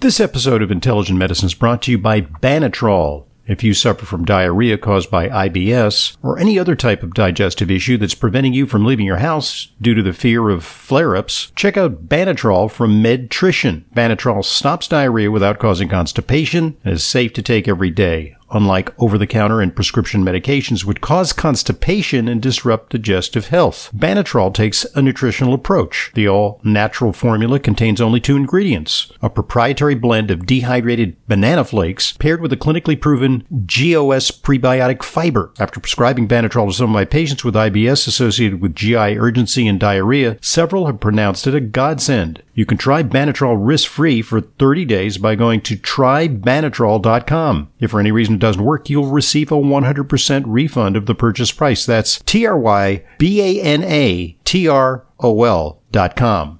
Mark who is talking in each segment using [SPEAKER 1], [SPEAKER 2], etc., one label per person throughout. [SPEAKER 1] This episode of Intelligent Medicine is brought to you by Banatrol. If you suffer from diarrhea caused by IBS or any other type of digestive issue that's preventing you from leaving your house due to the fear of flare ups, check out Banatrol from Medtrition. Banatrol stops diarrhea without causing constipation and is safe to take every day. Unlike over the counter and prescription medications, which cause constipation and disrupt digestive health. Banatrol takes a nutritional approach. The all natural formula contains only two ingredients a proprietary blend of dehydrated banana flakes paired with a clinically proven GOS prebiotic fiber. After prescribing Banatrol to some of my patients with IBS associated with GI urgency and diarrhea, several have pronounced it a godsend. You can try Banatrol risk free for 30 days by going to trybanatrol.com. If for any reason it doesn't work, you'll receive a 100% refund of the purchase price. That's T R Y B A N A T R O L.com.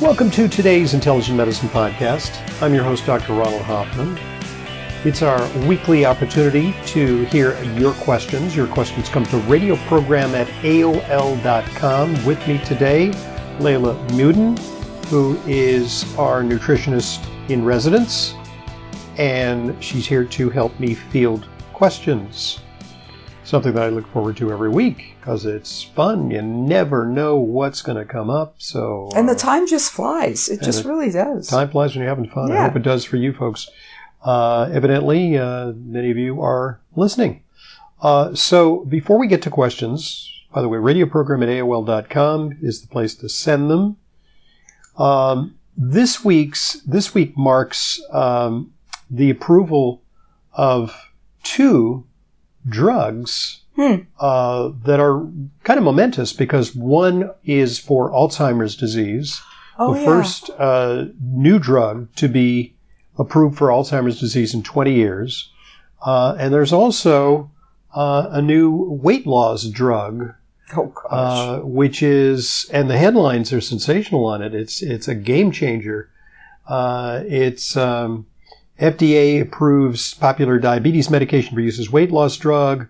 [SPEAKER 1] Welcome to today's Intelligent Medicine Podcast. I'm your host, Dr. Ronald Hoffman. It's our weekly opportunity to hear your questions. Your questions come to radio program at AOL.com. With me today, Layla Muden, who is our nutritionist in residence, and she's here to help me field questions. Something that I look forward to every week because it's fun. You never know what's going to come up. So
[SPEAKER 2] And the
[SPEAKER 1] uh,
[SPEAKER 2] time just flies. It just
[SPEAKER 1] it-
[SPEAKER 2] really does.
[SPEAKER 1] Time flies when you're having fun. I
[SPEAKER 2] Yeah.
[SPEAKER 1] hope it does for you folks. Uh, evidently, uh, many of you are listening. Uh, so before we get to questions, by the way, radioprogram at AOL.com is the place to send them. Um, this week's this week marks um, the approval of two drugs
[SPEAKER 2] Hmm.
[SPEAKER 1] uh, that are kind of momentous because one is for Alzheimer's disease
[SPEAKER 2] oh,
[SPEAKER 1] the
[SPEAKER 2] yeah.
[SPEAKER 1] first uh, new drug to be approved for Alzheimer's disease in 20 years. Uh, and there's also uh, a new weight loss drug,
[SPEAKER 2] oh, gosh.
[SPEAKER 1] uh, which is, and the headlines are sensational on it. It's it's a game changer. Uh, it's um, FDA approves popular diabetes medication for use as weight loss drug.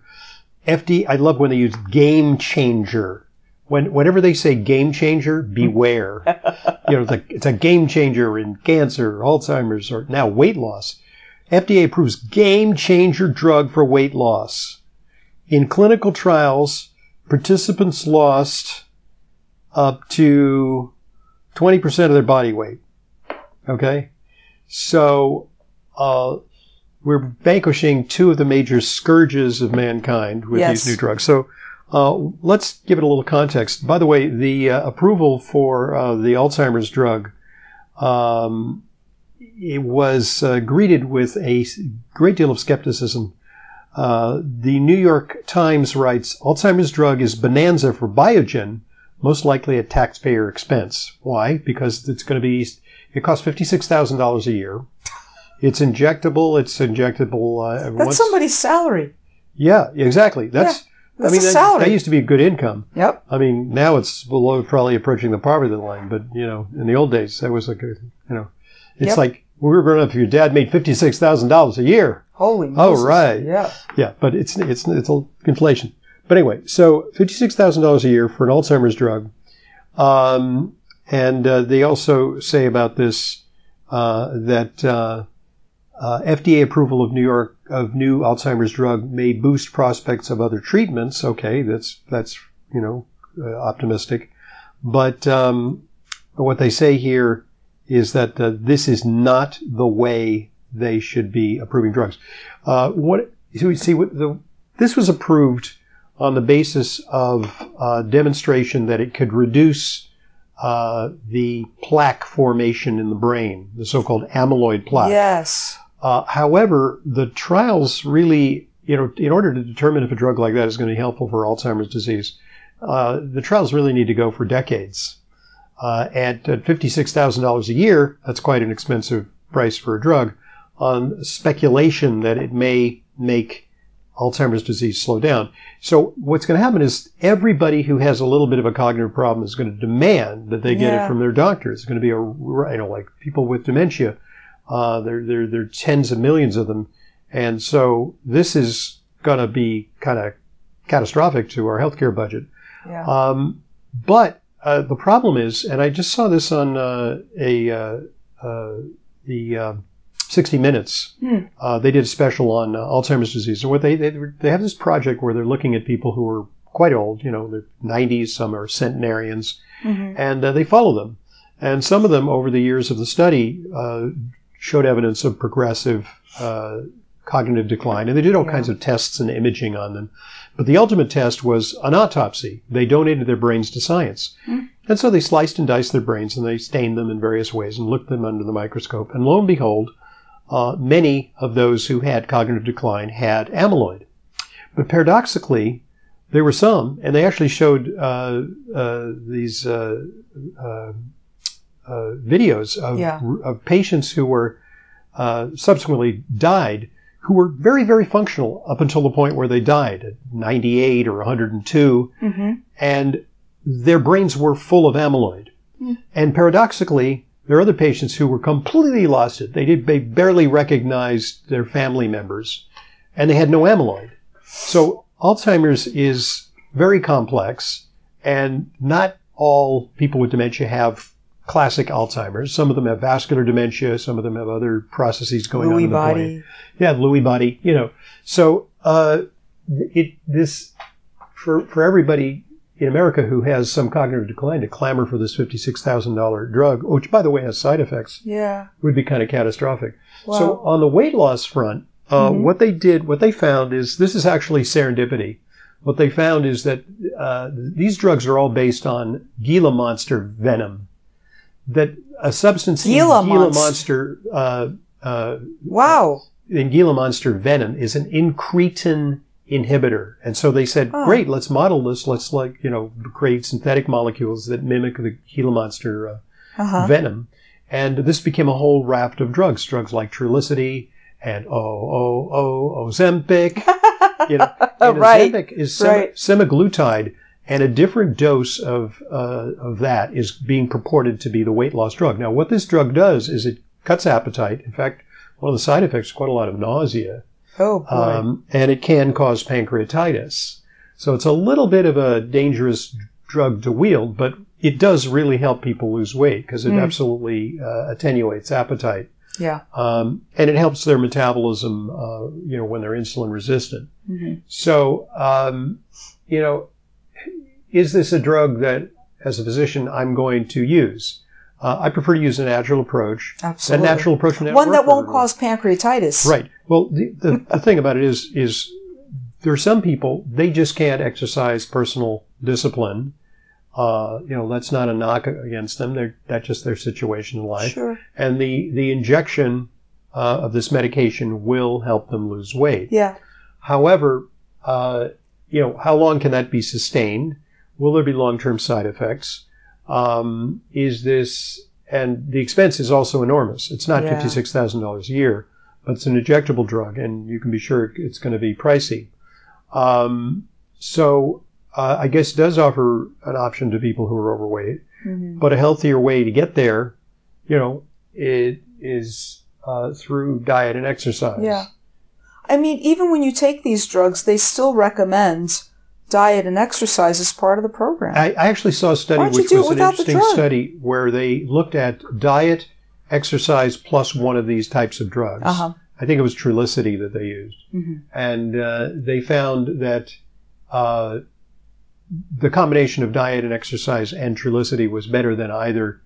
[SPEAKER 1] FDA, I love when they use game changer. When, whenever they say game changer, beware. you know, it's a, it's a game changer in cancer, Alzheimer's, or now weight loss. FDA approves game changer drug for weight loss. In clinical trials, participants lost up to 20% of their body weight. Okay? So, uh, we're vanquishing two of the major scourges of mankind with
[SPEAKER 2] Yes.
[SPEAKER 1] these new drugs. So, uh, let's give it a little context. By the way, the uh, approval for uh, the Alzheimer's drug um, it was uh, greeted with a s- great deal of skepticism. Uh, the New York Times writes Alzheimer's drug is bonanza for Biogen, most likely at taxpayer expense. Why? Because it's going to be, it costs $56,000 a year. It's injectable. It's injectable. Uh,
[SPEAKER 2] That's somebody's salary.
[SPEAKER 1] Yeah, exactly. That's,
[SPEAKER 2] That's
[SPEAKER 1] I mean,
[SPEAKER 2] a
[SPEAKER 1] that-
[SPEAKER 2] salary.
[SPEAKER 1] that used to be a good income.
[SPEAKER 2] Yep.
[SPEAKER 1] I mean, now it's below, probably approaching the poverty line, but you know, in the old days, that was like, a, you know, it's
[SPEAKER 2] Yep.
[SPEAKER 1] like when we were growing up. If your dad made fifty six thousand dollars a year,
[SPEAKER 2] Holy
[SPEAKER 1] Oh,
[SPEAKER 2] Moses.
[SPEAKER 1] right.
[SPEAKER 2] Yeah.
[SPEAKER 1] yeah, but it's it's it's all inflation. But anyway, so fifty six thousand dollars a year for an Alzheimer's drug, um, and uh, they also say about this uh, that uh, uh, FDA approval of New York of new Alzheimer's drug may boost prospects of other treatments. Okay, that's that's you know uh, optimistic, but um, what they say here is that uh, this is not the way they should be approving drugs. Uh, what so we see what the this was approved on the basis of uh, demonstration that it could reduce uh, the plaque formation in the brain, the so-called amyloid plaque.
[SPEAKER 2] Yes.
[SPEAKER 1] Uh, however, the trials really, you know, in order to determine if a drug like that is going to be helpful for Alzheimer's disease, uh, the trials really need to go for decades. Uh, at, at $56,000 a year, that's quite an Um, expensive price for a drug, on speculation that it may make Alzheimer's disease slow down. So what's going to happen is everybody who has a little bit of a cognitive problem is going to demand that they get it
[SPEAKER 2] Yeah.
[SPEAKER 1] from their doctor. It's going to be a, you know, like people with dementia, uh, there, there, there are tens of millions of them. And so this is going to be kind of catastrophic to our healthcare budget.
[SPEAKER 2] Yeah.
[SPEAKER 1] Um, but uh, the problem is, and I just saw this on uh, a uh, uh, the uh, 60 Minutes.
[SPEAKER 2] Hmm.
[SPEAKER 1] Uh, they did a special on uh, Alzheimer's disease, and what they, they they have this project where they're looking at people who are quite old. You know, they're 90s, some are centenarians,
[SPEAKER 2] Mhm.
[SPEAKER 1] and uh, they follow them. And some of them, over the years of the study, uh, showed evidence of progressive uh, cognitive decline, and they did all
[SPEAKER 2] Yeah.
[SPEAKER 1] kinds of tests and imaging on them. But the ultimate test was an autopsy. They donated their brains to science.
[SPEAKER 2] Hmm.
[SPEAKER 1] And so they sliced and diced their brains and they stained them in various ways and looked them under the microscope. And lo and behold, uh, many of those who had cognitive decline had amyloid. But paradoxically, there were some, and they actually showed uh, uh, these uh, uh, uh, videos of,
[SPEAKER 2] Yeah.
[SPEAKER 1] of patients who were uh, subsequently died who were very, very functional up until the point where they died at 98 or 102
[SPEAKER 2] Mhm.
[SPEAKER 1] and their brains were full of amyloid.
[SPEAKER 2] Hmm.
[SPEAKER 1] And paradoxically, there are other patients who were completely lost it. They did they barely recognized their family members, and they had no amyloid. So Alzheimer's is very complex, and not all people with dementia have classic Alzheimer's. Some of them have vascular dementia. Some of them have other processes going on
[SPEAKER 2] Lewy
[SPEAKER 1] in the brain.
[SPEAKER 2] body.
[SPEAKER 1] Yeah, Lewy body, you know. So uh, it this for for everybody in America who has some cognitive decline to clamor for this fifty six thousand dollar drug, which by the way has side effects,
[SPEAKER 2] Yeah.
[SPEAKER 1] would be kind of catastrophic.
[SPEAKER 2] Wow.
[SPEAKER 1] So on the weight loss front, uh,
[SPEAKER 2] Mhm.
[SPEAKER 1] what they did, what they found is this is actually serendipity. What they found is that uh, these drugs are all based on Gila monster venom. That a substance in
[SPEAKER 2] Gila
[SPEAKER 1] Gila
[SPEAKER 2] monster.
[SPEAKER 1] monster uh, uh,
[SPEAKER 2] wow.
[SPEAKER 1] in Gila monster venom is an incretin inhibitor. And so they said,
[SPEAKER 2] Oh.
[SPEAKER 1] great, let's model this. Let's like, you know, create synthetic molecules that mimic the Gila monster uh,
[SPEAKER 2] Uh-huh.
[SPEAKER 1] venom. And this became a whole raft of drugs, drugs like Trulicity and oh, oh, oh, Ozempic. you know, and
[SPEAKER 2] Oh, Right,
[SPEAKER 1] Ozempic is sem-
[SPEAKER 2] right.
[SPEAKER 1] semaglutide, and a different dose of uh, of that is being purported to be the weight loss drug. Now, what this drug does is it cuts appetite. In fact, one of the side effects is quite a lot of nausea,
[SPEAKER 2] oh boy.
[SPEAKER 1] um, and it can cause pancreatitis. So it's a little bit of a dangerous drug to wield, but it does really help people lose weight because it
[SPEAKER 2] Mm.
[SPEAKER 1] absolutely uh, attenuates appetite
[SPEAKER 2] yeah.
[SPEAKER 1] um, and it helps their metabolism. Uh, you know, when they're insulin resistant.
[SPEAKER 2] Mhm.
[SPEAKER 1] So, um, you know, is this a drug that, as a physician, I'm going to use? Uh, I prefer to use a natural approach.
[SPEAKER 2] Absolutely.
[SPEAKER 1] A natural approach, may not
[SPEAKER 2] One
[SPEAKER 1] work
[SPEAKER 2] that
[SPEAKER 1] for
[SPEAKER 2] won't
[SPEAKER 1] everyone.
[SPEAKER 2] cause pancreatitis.
[SPEAKER 1] Right. Well, the, the, the thing about it is, is there are some people they just can't exercise personal discipline. Uh, you know, that's not a knock against them. They're, that's just their situation in life
[SPEAKER 2] Sure.
[SPEAKER 1] and the the injection uh, of this medication will help them lose weight.
[SPEAKER 2] Yeah.
[SPEAKER 1] However, uh, you know how long can that be sustained? Will there be long term side effects? Um, is this and the expense is also enormous. It's not
[SPEAKER 2] Yeah.
[SPEAKER 1] fifty six thousand dollars a year, but it's an injectable drug, and you can be sure it's going to be pricey. Um, so uh, I guess it does offer an option to people who are overweight
[SPEAKER 2] Mhm.
[SPEAKER 1] but a healthier way to get there, you know, it is uh, through diet and exercise.
[SPEAKER 2] Yeah. I mean, even when you take these drugs, they still recommend diet and exercise as part of the program.
[SPEAKER 1] I, I actually saw a
[SPEAKER 2] Why
[SPEAKER 1] study
[SPEAKER 2] don't you
[SPEAKER 1] which
[SPEAKER 2] do it
[SPEAKER 1] was an
[SPEAKER 2] without the
[SPEAKER 1] interesting
[SPEAKER 2] drug?
[SPEAKER 1] study where they looked at diet, exercise plus one of these types of drugs.
[SPEAKER 2] uh-huh.
[SPEAKER 1] I think it was Trulicity that they used,
[SPEAKER 2] hmm
[SPEAKER 1] and uh, they found that uh, the combination of diet and exercise and Trulicity was better than either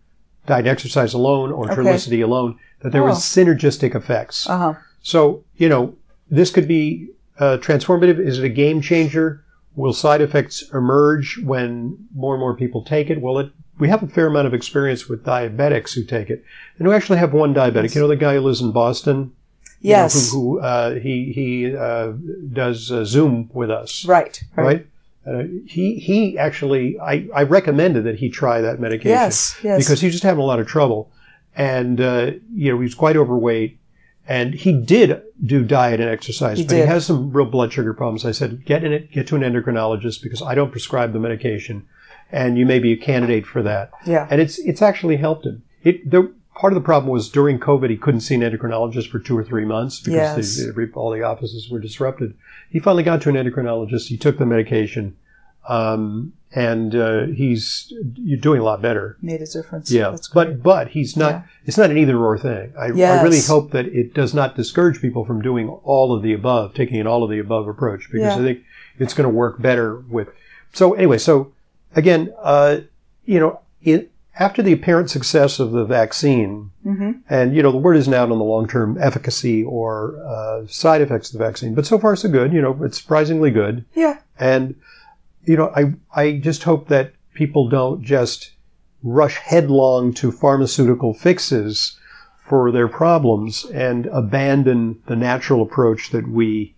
[SPEAKER 1] diet and exercise alone or
[SPEAKER 2] Okay.
[SPEAKER 1] Trulicity alone. That there
[SPEAKER 2] Oh.
[SPEAKER 1] was synergistic effects.
[SPEAKER 2] Uh-huh.
[SPEAKER 1] So, you know, this could be uh, transformative. Is it a game changer? Will side effects emerge when more and more people take it? Well, it, we have a fair amount of experience with diabetics who take it. And we actually have one diabetic. You know, the guy who lives in Boston? You know,
[SPEAKER 2] Yes.
[SPEAKER 1] who who uh, he, he uh, does uh, Zoom with us,
[SPEAKER 2] right.
[SPEAKER 1] right?
[SPEAKER 2] Right.
[SPEAKER 1] Uh, he, he actually, I, I recommended that he try that medication
[SPEAKER 2] Yes. Yes.
[SPEAKER 1] because he was just having a lot of trouble. And, uh, you know, he was quite overweight And he did do diet and exercise,
[SPEAKER 2] He
[SPEAKER 1] but he
[SPEAKER 2] did.
[SPEAKER 1] has some real blood sugar problems. I said, get in it, get to an endocrinologist because I don't prescribe the medication and you may be a candidate for that.
[SPEAKER 2] Yeah.
[SPEAKER 1] And it's, it's actually helped him. It, the, part of the problem was during COVID, he couldn't see an endocrinologist for two or three months because
[SPEAKER 2] Yes.
[SPEAKER 1] the, every- all the offices were disrupted. He finally got to an endocrinologist. He took the medication. Um, and uh, he's you're doing a lot better.
[SPEAKER 2] Made a difference.
[SPEAKER 1] Yeah,
[SPEAKER 2] That's great.
[SPEAKER 1] but but he's not.
[SPEAKER 2] Yeah.
[SPEAKER 1] It's not an either or thing. I, I really
[SPEAKER 2] Yes.
[SPEAKER 1] hope that it does not discourage people from doing all of the above, taking an all of the above approach, because
[SPEAKER 2] Yeah.
[SPEAKER 1] I think it's going to work better with. So anyway, so again, uh, you know, it, after the apparent success of the vaccine,
[SPEAKER 2] hmm
[SPEAKER 1] and you know, the word is now on the long-term efficacy or uh, side effects of the vaccine, but so far so good. You know, it's surprisingly good.
[SPEAKER 2] Yeah.
[SPEAKER 1] And you know, I I just hope that people don't just rush headlong to pharmaceutical fixes for their problems and abandon the natural approach that we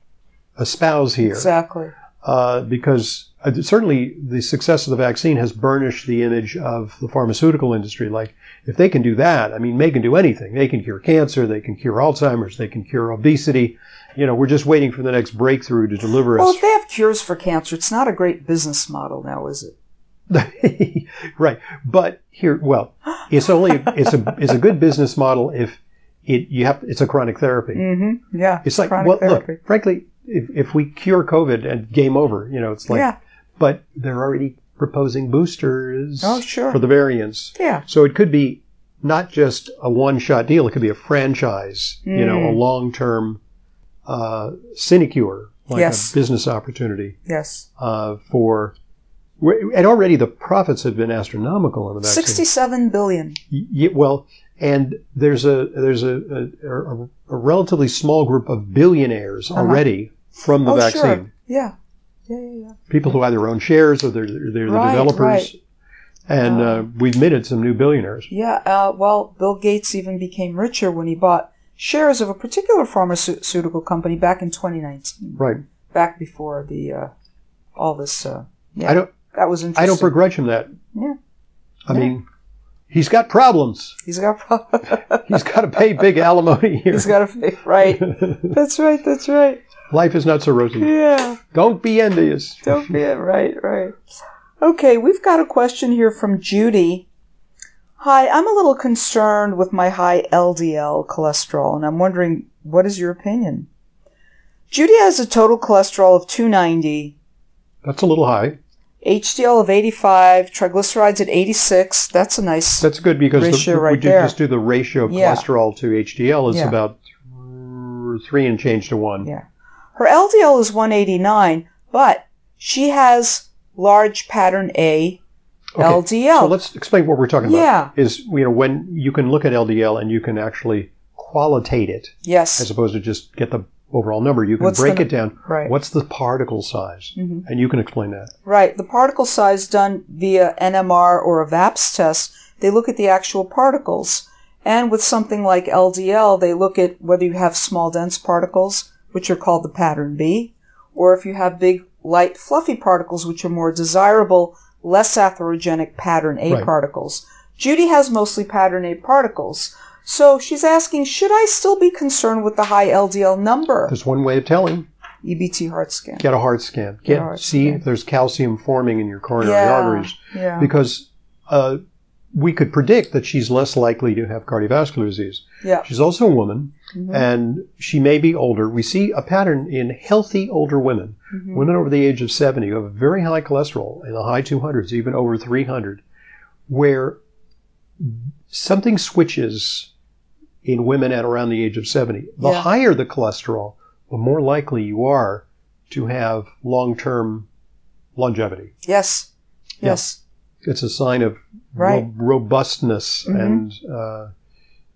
[SPEAKER 1] espouse here,
[SPEAKER 2] Exactly.
[SPEAKER 1] uh, because. uh, Certainly, the success of the vaccine has burnished the image of the pharmaceutical industry. Like, if they can do that, I mean, they can do anything. They can cure cancer, they can cure Alzheimer's, they can cure obesity. You know, we're just waiting for the next breakthrough to deliver us
[SPEAKER 2] Well, if they have cures for cancer, it's not a great business model now, is it?
[SPEAKER 1] right, but here, well, it's only it's a it's a good business model if it you have it's a chronic therapy.
[SPEAKER 2] Mm-hmm. Yeah.
[SPEAKER 1] It's like
[SPEAKER 2] chronic
[SPEAKER 1] well,
[SPEAKER 2] therapy.
[SPEAKER 1] look, frankly, if if we cure COVID and game over, you know, it's like,
[SPEAKER 2] yeah.
[SPEAKER 1] but they're already proposing boosters
[SPEAKER 2] Oh, sure.
[SPEAKER 1] for the variants,
[SPEAKER 2] Yeah.
[SPEAKER 1] so it could be not just a one shot deal; it could be a franchise, you know, a
[SPEAKER 2] Mm.
[SPEAKER 1] long term uh, sinecure, like
[SPEAKER 2] Yes.
[SPEAKER 1] a business opportunity
[SPEAKER 2] Yes.
[SPEAKER 1] uh, for, and already the profits have been astronomical on the vaccine.
[SPEAKER 2] Sixty-seven billion.
[SPEAKER 1] Y- well, and there's a there's a a, a, a relatively small group of billionaires
[SPEAKER 2] Uh-huh.
[SPEAKER 1] already from the
[SPEAKER 2] oh,
[SPEAKER 1] vaccine.
[SPEAKER 2] sure. Yeah. Yeah. Yeah. Yeah.
[SPEAKER 1] People who either own shares or they're they're
[SPEAKER 2] Right, Uh-huh.
[SPEAKER 1] the developers.
[SPEAKER 2] right.
[SPEAKER 1] And
[SPEAKER 2] Wow.
[SPEAKER 1] uh, we've minted some new billionaires.
[SPEAKER 2] Yeah, uh, well, Bill Gates even became richer when he bought shares of a particular pharmaceutical company back in 2019,
[SPEAKER 1] Right.
[SPEAKER 2] back before the uh, all this. Uh, yeah,
[SPEAKER 1] I don't
[SPEAKER 2] that was interesting.
[SPEAKER 1] I don't begrudge him that.
[SPEAKER 2] Yeah.
[SPEAKER 1] I
[SPEAKER 2] Yeah.
[SPEAKER 1] mean, he's got problems.
[SPEAKER 2] He's got pro-
[SPEAKER 1] He's got to pay big alimony here.
[SPEAKER 2] he's got a fa- right. That's right. That's right.
[SPEAKER 1] Life is not so rosy.
[SPEAKER 2] Yeah.
[SPEAKER 1] Don't be envious.
[SPEAKER 2] Don't be it. Right. Right. Okay, we've got a question here from Judy. Hi, I'm a little concerned with my high LDL cholesterol, and I'm wondering what is your opinion. Judy has a total cholesterol of 290,
[SPEAKER 1] That's a little high.
[SPEAKER 2] HDL of 85, triglycerides at 86. That's a nice.
[SPEAKER 1] That's good because
[SPEAKER 2] Ratio
[SPEAKER 1] the, we
[SPEAKER 2] right
[SPEAKER 1] do
[SPEAKER 2] there.
[SPEAKER 1] just do the ratio of
[SPEAKER 2] Yeah.
[SPEAKER 1] cholesterol to HDL is
[SPEAKER 2] Yeah.
[SPEAKER 1] about th- three and change to one.
[SPEAKER 2] Yeah. Her LDL is 189, but she has large pattern A
[SPEAKER 1] Okay,
[SPEAKER 2] LDL.
[SPEAKER 1] So let's explain what we're talking about.
[SPEAKER 2] Yeah.
[SPEAKER 1] Is you know when you can look at LDL and you can actually qualitate it as
[SPEAKER 2] yes.
[SPEAKER 1] opposed to just get the overall number. You can
[SPEAKER 2] What's
[SPEAKER 1] break
[SPEAKER 2] the-
[SPEAKER 1] it down.
[SPEAKER 2] Right.
[SPEAKER 1] What's the particle size?
[SPEAKER 2] Mhm.
[SPEAKER 1] And you can explain that.
[SPEAKER 2] Right. The particle size done via NMR or a VAPS test, they look at the actual particles. And with something like LDL, they look at whether you have small dense particles, which are called the pattern B, or if you have big, light, fluffy particles, which are more desirable, less atherogenic pattern A
[SPEAKER 1] Right.
[SPEAKER 2] particles. Judy has mostly pattern A particles. So she's asking, should I still be concerned with the high LDL number?
[SPEAKER 1] There's one way of telling.
[SPEAKER 2] EBT heart scan.
[SPEAKER 1] Get a heart scan.
[SPEAKER 2] Get a
[SPEAKER 1] Get-
[SPEAKER 2] heart
[SPEAKER 1] see
[SPEAKER 2] scan.
[SPEAKER 1] if there's calcium forming in your coronary arteries.
[SPEAKER 2] Yeah.
[SPEAKER 1] because uh, we could predict that she's less likely to have cardiovascular disease.
[SPEAKER 2] Yeah.
[SPEAKER 1] She's also a woman,
[SPEAKER 2] Mhm.
[SPEAKER 1] and she may be older. We see a pattern in healthy older women,
[SPEAKER 2] Mhm.
[SPEAKER 1] women over the age of 70 who have very high cholesterol in the high 200s, even over 300, where something switches in women at around the age of 70. The
[SPEAKER 2] Yeah.
[SPEAKER 1] higher the cholesterol, the more likely you are to have long-term longevity
[SPEAKER 2] Yes.
[SPEAKER 1] Yeah.
[SPEAKER 2] Yes.
[SPEAKER 1] it's a sign of
[SPEAKER 2] Right.
[SPEAKER 1] ro- robustness
[SPEAKER 2] Mhm.
[SPEAKER 1] and uh,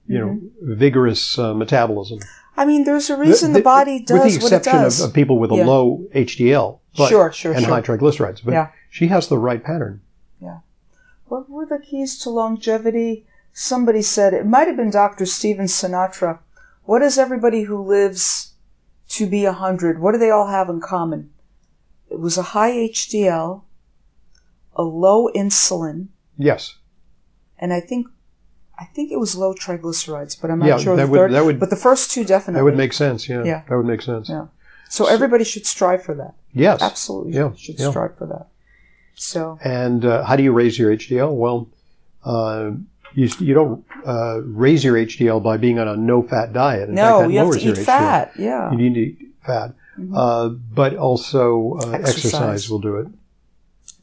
[SPEAKER 1] you
[SPEAKER 2] Mm-hmm.
[SPEAKER 1] know vigorous uh, metabolism.
[SPEAKER 2] I mean, there's a reason the, body does
[SPEAKER 1] with the exception
[SPEAKER 2] what it does.
[SPEAKER 1] Of, of people with a
[SPEAKER 2] Yeah.
[SPEAKER 1] low HDL, but,
[SPEAKER 2] sure, sure,
[SPEAKER 1] and
[SPEAKER 2] sure.
[SPEAKER 1] high triglycerides. But
[SPEAKER 2] Yeah.
[SPEAKER 1] she has the right pattern.
[SPEAKER 2] What were the keys to longevity? Somebody said it might have been Dr. Steven Sinatra. What does everybody who lives to be a hundred? What do they all have in common? It was a high HDL, a low insulin,
[SPEAKER 1] Yes,
[SPEAKER 2] and I think I think it was low triglycerides, but I'm
[SPEAKER 1] Yeah,
[SPEAKER 2] not sure of
[SPEAKER 1] that
[SPEAKER 2] the
[SPEAKER 1] would-
[SPEAKER 2] third.
[SPEAKER 1] that would-
[SPEAKER 2] but the first two definitely.
[SPEAKER 1] That would make sense. Yeah.
[SPEAKER 2] Yeah.
[SPEAKER 1] That would make sense.
[SPEAKER 2] Yeah. so everybody should strive for that.
[SPEAKER 1] Yes.
[SPEAKER 2] Absolutely
[SPEAKER 1] Yeah,
[SPEAKER 2] should
[SPEAKER 1] yeah.
[SPEAKER 2] strive for that. So
[SPEAKER 1] And uh, how do you raise your HDL? Well, uh, you, you don't uh, raise your HDL by being on a no fat diet. In
[SPEAKER 2] no,
[SPEAKER 1] fact, that
[SPEAKER 2] you have
[SPEAKER 1] lowers
[SPEAKER 2] to
[SPEAKER 1] your
[SPEAKER 2] eat
[SPEAKER 1] HDL.
[SPEAKER 2] fat. Yeah.
[SPEAKER 1] You need to eat fat, uh, but also uh, exercise.
[SPEAKER 2] Exercise.
[SPEAKER 1] will do it.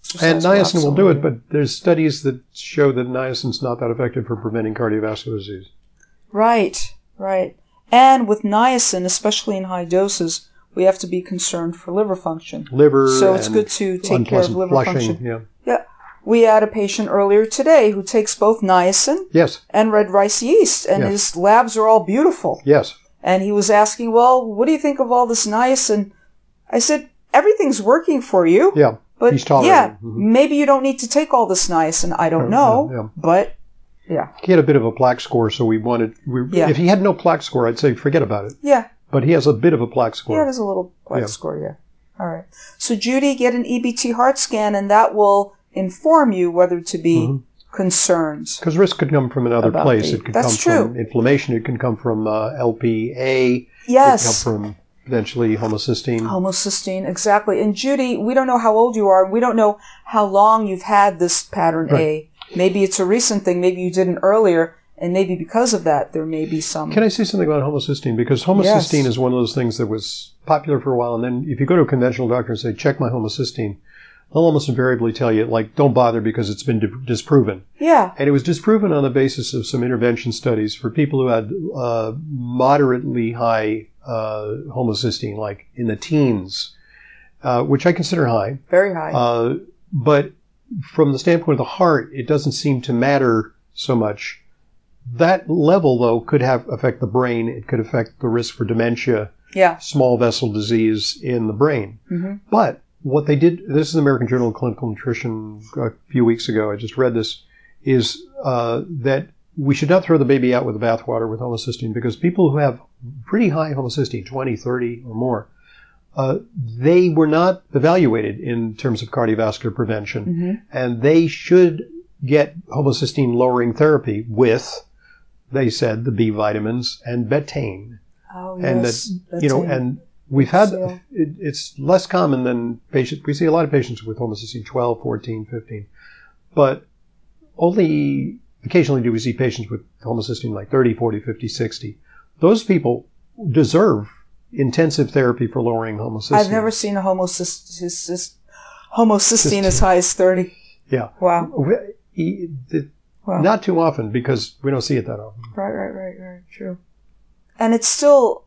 [SPEAKER 2] Exercise
[SPEAKER 1] and niacin will do
[SPEAKER 2] absolutely.
[SPEAKER 1] it, but there's studies that show that niacin's not that effective for preventing cardiovascular disease.
[SPEAKER 2] Right, right. And with niacin, especially in high doses, we have to be concerned for liver function.
[SPEAKER 1] Liver.
[SPEAKER 2] So it's
[SPEAKER 1] and
[SPEAKER 2] good to take care of
[SPEAKER 1] unpleasant
[SPEAKER 2] liver
[SPEAKER 1] flushing.
[SPEAKER 2] function.
[SPEAKER 1] Yeah.
[SPEAKER 2] Yeah. We had a patient earlier today who takes both niacin
[SPEAKER 1] Yes.
[SPEAKER 2] and red rice yeast, and
[SPEAKER 1] Yeah.
[SPEAKER 2] his labs are all beautiful.
[SPEAKER 1] Yes.
[SPEAKER 2] And he was asking, Well, what do you think of all this niacin? I said, Everything's working for you.
[SPEAKER 1] Yeah.
[SPEAKER 2] But
[SPEAKER 1] He's tolerating
[SPEAKER 2] yeah,
[SPEAKER 1] it. Mhm.
[SPEAKER 2] maybe you don't need to take all this niacin. I don't
[SPEAKER 1] Yeah,
[SPEAKER 2] know.
[SPEAKER 1] yeah.
[SPEAKER 2] But
[SPEAKER 1] He had a bit of a plaque score, so we wanted. We,
[SPEAKER 2] Yeah.
[SPEAKER 1] If he had no plaque score, I'd say forget about it.
[SPEAKER 2] yeah,
[SPEAKER 1] But he has a bit of a plaque
[SPEAKER 2] Yeah,
[SPEAKER 1] score.
[SPEAKER 2] there's a little black
[SPEAKER 1] Yeah.
[SPEAKER 2] score, yeah. All right. So, Judy, get an EBT heart scan, and that will inform you whether to be
[SPEAKER 1] Mm-hmm.
[SPEAKER 2] concerned.
[SPEAKER 1] Because risk could come from another
[SPEAKER 2] About
[SPEAKER 1] place.
[SPEAKER 2] the-
[SPEAKER 1] it could
[SPEAKER 2] that's
[SPEAKER 1] come from
[SPEAKER 2] true.
[SPEAKER 1] inflammation. It can come from uh, LPA. It
[SPEAKER 2] Yes. Oh.
[SPEAKER 1] can come from potentially homocysteine.
[SPEAKER 2] Homocysteine, exactly. And Judy, we don't know how old you are. We don't know how long you've had this pattern
[SPEAKER 1] Right.
[SPEAKER 2] A. Maybe it's a recent thing. Maybe you didn't earlier, and maybe because of that, there may be some.
[SPEAKER 1] Can I say something about homocysteine? Because homocysteine
[SPEAKER 2] Yes.
[SPEAKER 1] is one of those things that was popular for a while, and then if you go to a conventional doctor and say, check my homocysteine, they'll almost invariably tell you, like, don't bother because it's been di- disproven.
[SPEAKER 2] yeah.
[SPEAKER 1] And it was disproven on the basis of some intervention studies for people who had uh, moderately high uh, homocysteine, like in the teens, uh, which I consider high.
[SPEAKER 2] Very high.
[SPEAKER 1] Uh, but from the standpoint of the heart, it doesn't seem to matter so much. That level, though, could have affect the brain. It could affect the risk for dementia,
[SPEAKER 2] yeah.
[SPEAKER 1] small vessel disease in the brain.
[SPEAKER 2] Mhm.
[SPEAKER 1] But what they did, this is the American Journal of Clinical Nutrition a few weeks ago. I just read this, is uh, that we should not throw the baby out with the bathwater with homocysteine because people who have pretty high homocysteine, 20, 30 or more, uh, they were not evaluated in terms of cardiovascular prevention.
[SPEAKER 2] Mhm.
[SPEAKER 1] And they should get homocysteine lowering therapy with, they said, the B vitamins and betaine
[SPEAKER 2] Oh,
[SPEAKER 1] and
[SPEAKER 2] yes.
[SPEAKER 1] that you know,
[SPEAKER 2] it.
[SPEAKER 1] and we've had
[SPEAKER 2] So-
[SPEAKER 1] it, it's less common than patients. We see a lot of patients with homocysteine 12, 14, 15, but only occasionally do we see patients with homocysteine like 30, 40, 50, 60. Those people deserve intensive therapy for lowering homocysteine.
[SPEAKER 2] I've never seen a homocysteine, homocysteine as high as 30.
[SPEAKER 1] Yeah.
[SPEAKER 2] Wow.
[SPEAKER 1] We- e- the-
[SPEAKER 2] Wow.
[SPEAKER 1] Not too often because we don't see it that often.
[SPEAKER 2] Right, right, right, right. True. And it's still,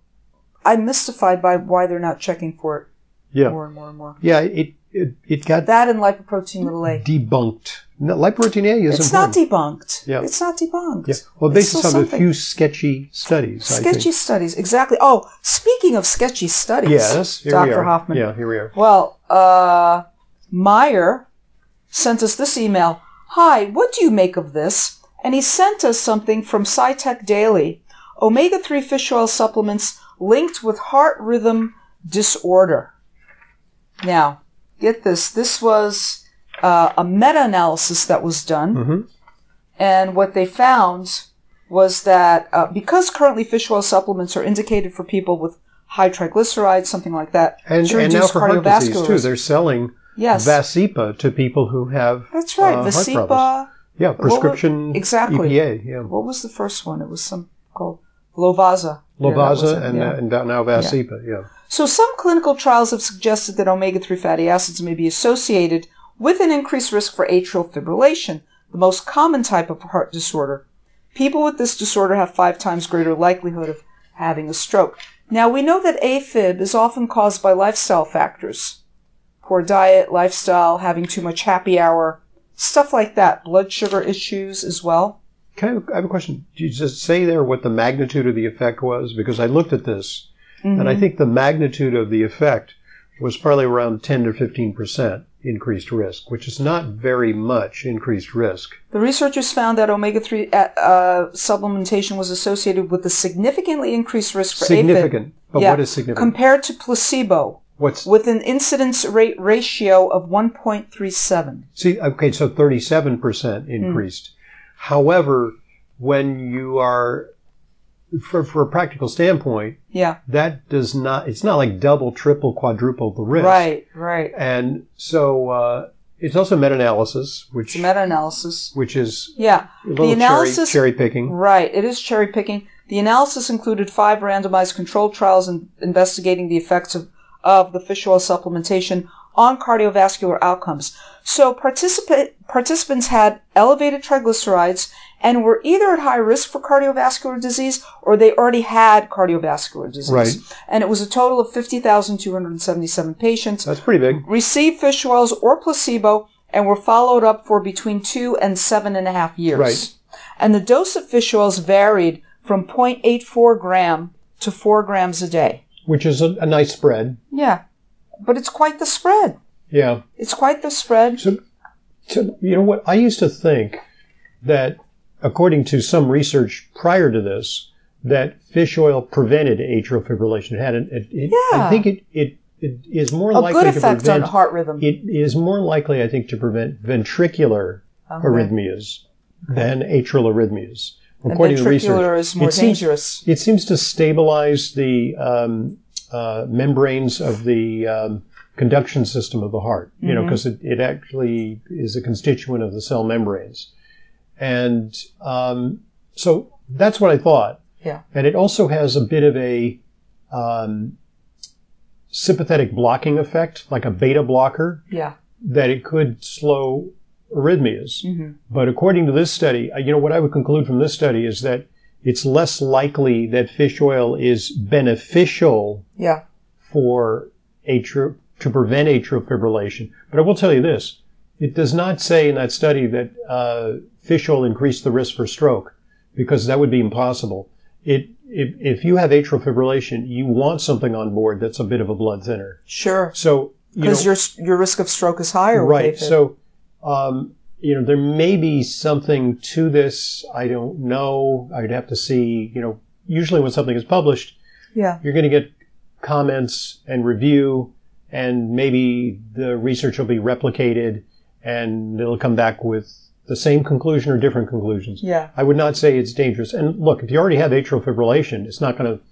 [SPEAKER 2] I'm mystified by why they're not checking for it
[SPEAKER 1] Yeah.
[SPEAKER 2] more and more and more.
[SPEAKER 1] Yeah. It, it, it got
[SPEAKER 2] That and lipoprotein little a.
[SPEAKER 1] debunked. No, lipoprotein A is
[SPEAKER 2] It's
[SPEAKER 1] important.
[SPEAKER 2] not debunked.
[SPEAKER 1] Yeah.
[SPEAKER 2] It's not debunked.
[SPEAKER 1] Yeah. Well,
[SPEAKER 2] It's
[SPEAKER 1] based on
[SPEAKER 2] still
[SPEAKER 1] a
[SPEAKER 2] something.
[SPEAKER 1] few sketchy studies. I
[SPEAKER 2] sketchy
[SPEAKER 1] think.
[SPEAKER 2] studies, exactly. Oh, speaking of sketchy studies,
[SPEAKER 1] Yes. Here we
[SPEAKER 2] Dr.
[SPEAKER 1] are.
[SPEAKER 2] Hoffman.
[SPEAKER 1] Yeah. Here we are.
[SPEAKER 2] Well, uh, Meyer sent us this email. Hi, what do you make of this? And he sent us something from SciTech Daily. Omega-3 fish oil supplements linked with heart rhythm disorder. Now, get this. This was uh, a meta-analysis that was done.
[SPEAKER 1] Mhm.
[SPEAKER 2] And what they found was that uh, because currently fish oil supplements are indicated for people with high triglycerides, something like that,
[SPEAKER 1] And,
[SPEAKER 2] to
[SPEAKER 1] and now
[SPEAKER 2] reduce
[SPEAKER 1] for heart disease
[SPEAKER 2] cardiovascular
[SPEAKER 1] too,
[SPEAKER 2] risk.
[SPEAKER 1] they're selling
[SPEAKER 2] Yes,
[SPEAKER 1] Vasipa to people who have
[SPEAKER 2] that's right.
[SPEAKER 1] uh, heart problems.
[SPEAKER 2] Vasipa.
[SPEAKER 1] Yeah,
[SPEAKER 2] were-
[SPEAKER 1] prescription
[SPEAKER 2] exactly.
[SPEAKER 1] EPA. Yeah,
[SPEAKER 2] What was the first one? It was some called Lovaza. Yeah, that was
[SPEAKER 1] Lovaza
[SPEAKER 2] it,
[SPEAKER 1] and, uh,
[SPEAKER 2] yeah.
[SPEAKER 1] and now Vasipa. Yeah.
[SPEAKER 2] So some clinical trials have suggested that omega-3 fatty acids may be associated with an increased risk for atrial fibrillation, the most common type of heart disorder. People with this disorder have five times greater likelihood of having a stroke. Now we know that AFib is often caused by lifestyle factors. Poor diet, lifestyle, having too much happy hour, stuff like that, blood sugar issues as well.
[SPEAKER 1] Can I have, I have a question? Did you just say there what the magnitude of the effect was? Because I looked at this, and I
[SPEAKER 2] Mm-hmm.
[SPEAKER 1] think the magnitude of the effect was probably around ten to fifteen percent increased risk, which is not very much increased risk.
[SPEAKER 2] The researchers found that omega-3 uh, uh, supplementation was associated with a significantly increased risk for AFib.
[SPEAKER 1] significant. But
[SPEAKER 2] Yeah.
[SPEAKER 1] what is significant?
[SPEAKER 2] compared to placebo
[SPEAKER 1] What's
[SPEAKER 2] with an incidence rate ratio of 1.37. Hmm.
[SPEAKER 1] see? Okay, so thirty-seven percent increased. However, when you are, for, for a practical standpoint,
[SPEAKER 2] Yeah.
[SPEAKER 1] that does not, it's not like double, triple, quadruple the risk.
[SPEAKER 2] Right. Right.
[SPEAKER 1] And so uh, it's also meta analysis,
[SPEAKER 2] It's
[SPEAKER 1] which,
[SPEAKER 2] a meta-analysis.
[SPEAKER 1] which is
[SPEAKER 2] Yeah.
[SPEAKER 1] a little
[SPEAKER 2] analysis-
[SPEAKER 1] cherry, cherry picking.
[SPEAKER 2] Right. It is cherry picking. The analysis included five randomized controlled trials in, investigating the effects of, of the fish oil supplementation on cardiovascular outcomes. So participa- participants had elevated triglycerides and were either at high risk for cardiovascular disease or they already had cardiovascular disease.
[SPEAKER 1] Right.
[SPEAKER 2] And it was a total of 50,277 patients
[SPEAKER 1] That's pretty big.
[SPEAKER 2] received fish oils or placebo and were followed up for between two and seven and a half years.
[SPEAKER 1] Right.
[SPEAKER 2] And the dose of fish oils varied from 0.84 gram to four grams a day.
[SPEAKER 1] Which is a, a nice spread.
[SPEAKER 2] Yeah. But it's quite the spread.
[SPEAKER 1] Yeah.
[SPEAKER 2] It's quite the spread.
[SPEAKER 1] So, so you know what? I used to think that, according to some research prior to this, that fish oil prevented atrial fibrillation. It had an, it, it, I
[SPEAKER 2] Yeah.
[SPEAKER 1] think it, it, it is more
[SPEAKER 2] A
[SPEAKER 1] likely
[SPEAKER 2] good
[SPEAKER 1] to
[SPEAKER 2] effect on
[SPEAKER 1] prevent.
[SPEAKER 2] heart rhythm.
[SPEAKER 1] it is more likely, I think, to prevent ventricular
[SPEAKER 2] Okay.
[SPEAKER 1] arrhythmias than atrial arrhythmias.
[SPEAKER 2] And
[SPEAKER 1] According to
[SPEAKER 2] ventricular
[SPEAKER 1] research,
[SPEAKER 2] is more
[SPEAKER 1] it seems,
[SPEAKER 2] dangerous.
[SPEAKER 1] it seems to stabilize the um, uh, membranes of the um, conduction system of the heart, you know, because it, it actually is a constituent of the cell membranes. And um, so that's what I thought.
[SPEAKER 2] Yeah.
[SPEAKER 1] And it also has a bit of a um, sympathetic blocking effect, like a beta blocker,
[SPEAKER 2] Yeah.
[SPEAKER 1] that it could slow arrhythmias.
[SPEAKER 2] hmm
[SPEAKER 1] But according to this study, uh, you know, what I would conclude from this study is that it's less likely that fish oil is beneficial
[SPEAKER 2] Yeah.
[SPEAKER 1] for atri- to prevent atrial fibrillation. But I will tell you this. It does not say in that study that uh, fish oil increased the risk for stroke because that would be impossible. It, if, if you have atrial fibrillation, you want something on board that's a bit of a blood thinner.
[SPEAKER 2] Sure.
[SPEAKER 1] So, you know,
[SPEAKER 2] Because your, your risk of stroke is higher. with
[SPEAKER 1] Right.
[SPEAKER 2] AFib.
[SPEAKER 1] So, um, you know, there may be something to this. I don't know. I'd have to see. You know, usually when something is published,
[SPEAKER 2] yeah.
[SPEAKER 1] you're going to get comments and review, and maybe the research will be replicated, and it'll come back with the same conclusion or different conclusions.
[SPEAKER 2] Yeah.
[SPEAKER 1] I would not say it's dangerous. And look, if you already have atrial fibrillation, it's not going to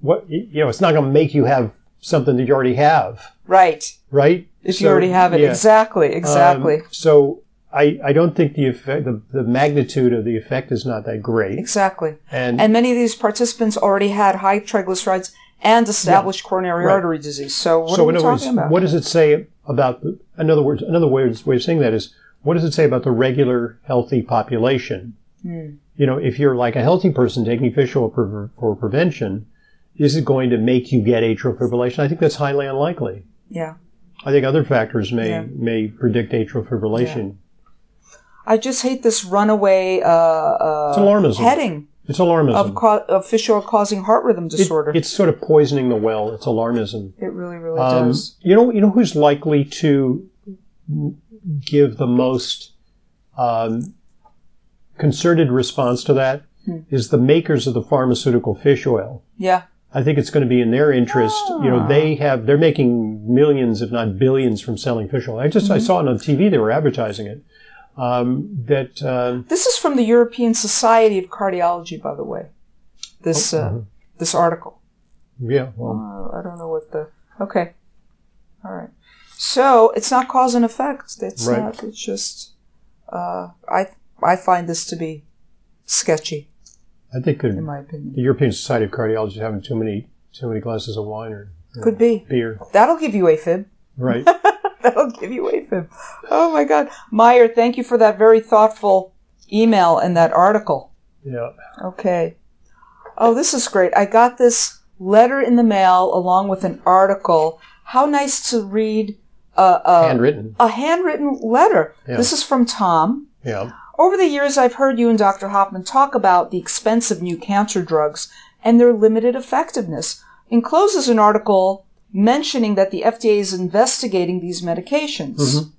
[SPEAKER 1] what you know. It's not going to make you have something that you already have,
[SPEAKER 2] Right.
[SPEAKER 1] right?
[SPEAKER 2] If you
[SPEAKER 1] So,
[SPEAKER 2] already have it.
[SPEAKER 1] yeah.
[SPEAKER 2] Exactly. Exactly.
[SPEAKER 1] Um, so I, I don't think the effect, the, the magnitude of the effect is not that great.
[SPEAKER 2] exactly.
[SPEAKER 1] And,
[SPEAKER 2] And many of these participants already had high triglycerides and established coronary
[SPEAKER 1] Right.
[SPEAKER 2] artery disease. So what
[SPEAKER 1] so
[SPEAKER 2] are we
[SPEAKER 1] in
[SPEAKER 2] talking
[SPEAKER 1] other words,
[SPEAKER 2] about?
[SPEAKER 1] what does it say about the, in other words, another way, way of saying that is, what does it say about the regular healthy population?
[SPEAKER 2] Hmm.
[SPEAKER 1] You know, if you're like a healthy person taking fish oil for, for prevention, is it going to make you get atrial fibrillation? I think that's highly unlikely.
[SPEAKER 2] yeah.
[SPEAKER 1] I think other factors may,
[SPEAKER 2] Yeah.
[SPEAKER 1] may predict atrial fibrillation.
[SPEAKER 2] I just hate this runaway uh,
[SPEAKER 1] It's
[SPEAKER 2] uh,
[SPEAKER 1] alarmism.
[SPEAKER 2] heading
[SPEAKER 1] It's alarmism.
[SPEAKER 2] of, ca- of fish oil causing heart rhythm
[SPEAKER 1] It-
[SPEAKER 2] disorder. It,
[SPEAKER 1] it's sort of poisoning the well. It's alarmism.
[SPEAKER 2] really, really
[SPEAKER 1] Um,
[SPEAKER 2] does.
[SPEAKER 1] you know, you know who's likely to give the most um, concerted response to that is
[SPEAKER 2] Hmm.
[SPEAKER 1] the makers of the pharmaceutical fish oil.
[SPEAKER 2] Yeah.
[SPEAKER 1] I think it's going to be in their interest. You know, they
[SPEAKER 2] Ah.
[SPEAKER 1] have they're making millions, if not billions, from selling fish oil. I just
[SPEAKER 2] Hmm.
[SPEAKER 1] I saw it on TV. They were advertising it. Um, that um,
[SPEAKER 2] This is from the European Society of Cardiology, by the way. This
[SPEAKER 1] Oh,
[SPEAKER 2] uh,
[SPEAKER 1] uh-huh.
[SPEAKER 2] this article.
[SPEAKER 1] yeah, well,
[SPEAKER 2] Uh, I don't know what the. Okay. All right. So it's not cause and effect. It's
[SPEAKER 1] Right.
[SPEAKER 2] not. It's just. Uh, I I find this to be sketchy,
[SPEAKER 1] I think
[SPEAKER 2] in
[SPEAKER 1] the,
[SPEAKER 2] my opinion.
[SPEAKER 1] the European Society of Cardiology is having too many too many glasses of wine or
[SPEAKER 2] Could be.
[SPEAKER 1] beer,
[SPEAKER 2] That'll give you AFib.
[SPEAKER 1] right?
[SPEAKER 2] That'll give you AFib. Oh my God, Meyer, thank you for that very thoughtful email and that article.
[SPEAKER 1] yeah.
[SPEAKER 2] Okay. Oh, this is great. I got this letter in the mail along with an article. How nice to read uh, a,
[SPEAKER 1] handwritten.
[SPEAKER 2] a handwritten letter.
[SPEAKER 1] Yeah.
[SPEAKER 2] This is from Tom.
[SPEAKER 1] Yeah,
[SPEAKER 2] Over the years, I've heard you and Dr. Hoffman talk about the expense of new cancer drugs and their limited effectiveness. Encloses an article mentioning that the FDA is investigating these medications.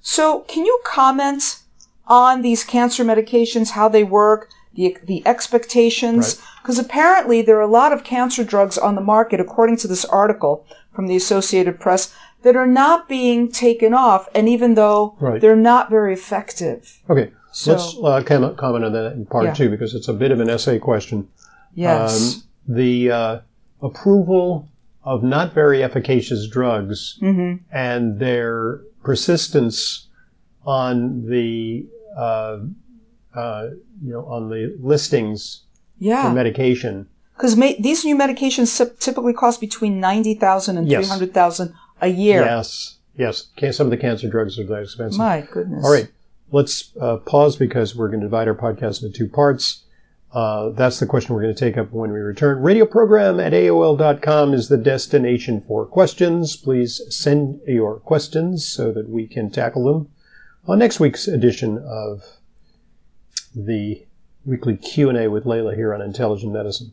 [SPEAKER 2] So, can you comment on these cancer medications, how they work, the, the expectations? Because apparently, there are a lot of cancer drugs on the market, according to this article from the Associated Press, that are not being taken off, and even though
[SPEAKER 1] Right.
[SPEAKER 2] they're not very effective.
[SPEAKER 1] Okay.
[SPEAKER 2] So,
[SPEAKER 1] Let's uh, com- comment on that in part
[SPEAKER 2] Yeah.
[SPEAKER 1] two because it's a bit of an essay question.
[SPEAKER 2] yes.
[SPEAKER 1] Um, the uh, approval of not very efficacious drugs
[SPEAKER 2] hmm
[SPEAKER 1] and their persistence on the uh, uh, you know on the listings for
[SPEAKER 2] Yeah.
[SPEAKER 1] medication.
[SPEAKER 2] Because ma- these new medications typ- typically cost between 90000 and
[SPEAKER 1] Yes.
[SPEAKER 2] 300000 a year.
[SPEAKER 1] Yes, yes. Can- Some of the cancer drugs are that expensive.
[SPEAKER 2] My goodness.
[SPEAKER 1] All right, let's uh, pause because we're going to divide our podcast into two parts. Uh, that's the question we're going to take up when we return. Radio program at AOL.com is the destination for questions. Please send your questions so that we can tackle them on next week's edition of the weekly Q&A with Layla here on Intelligent Medicine.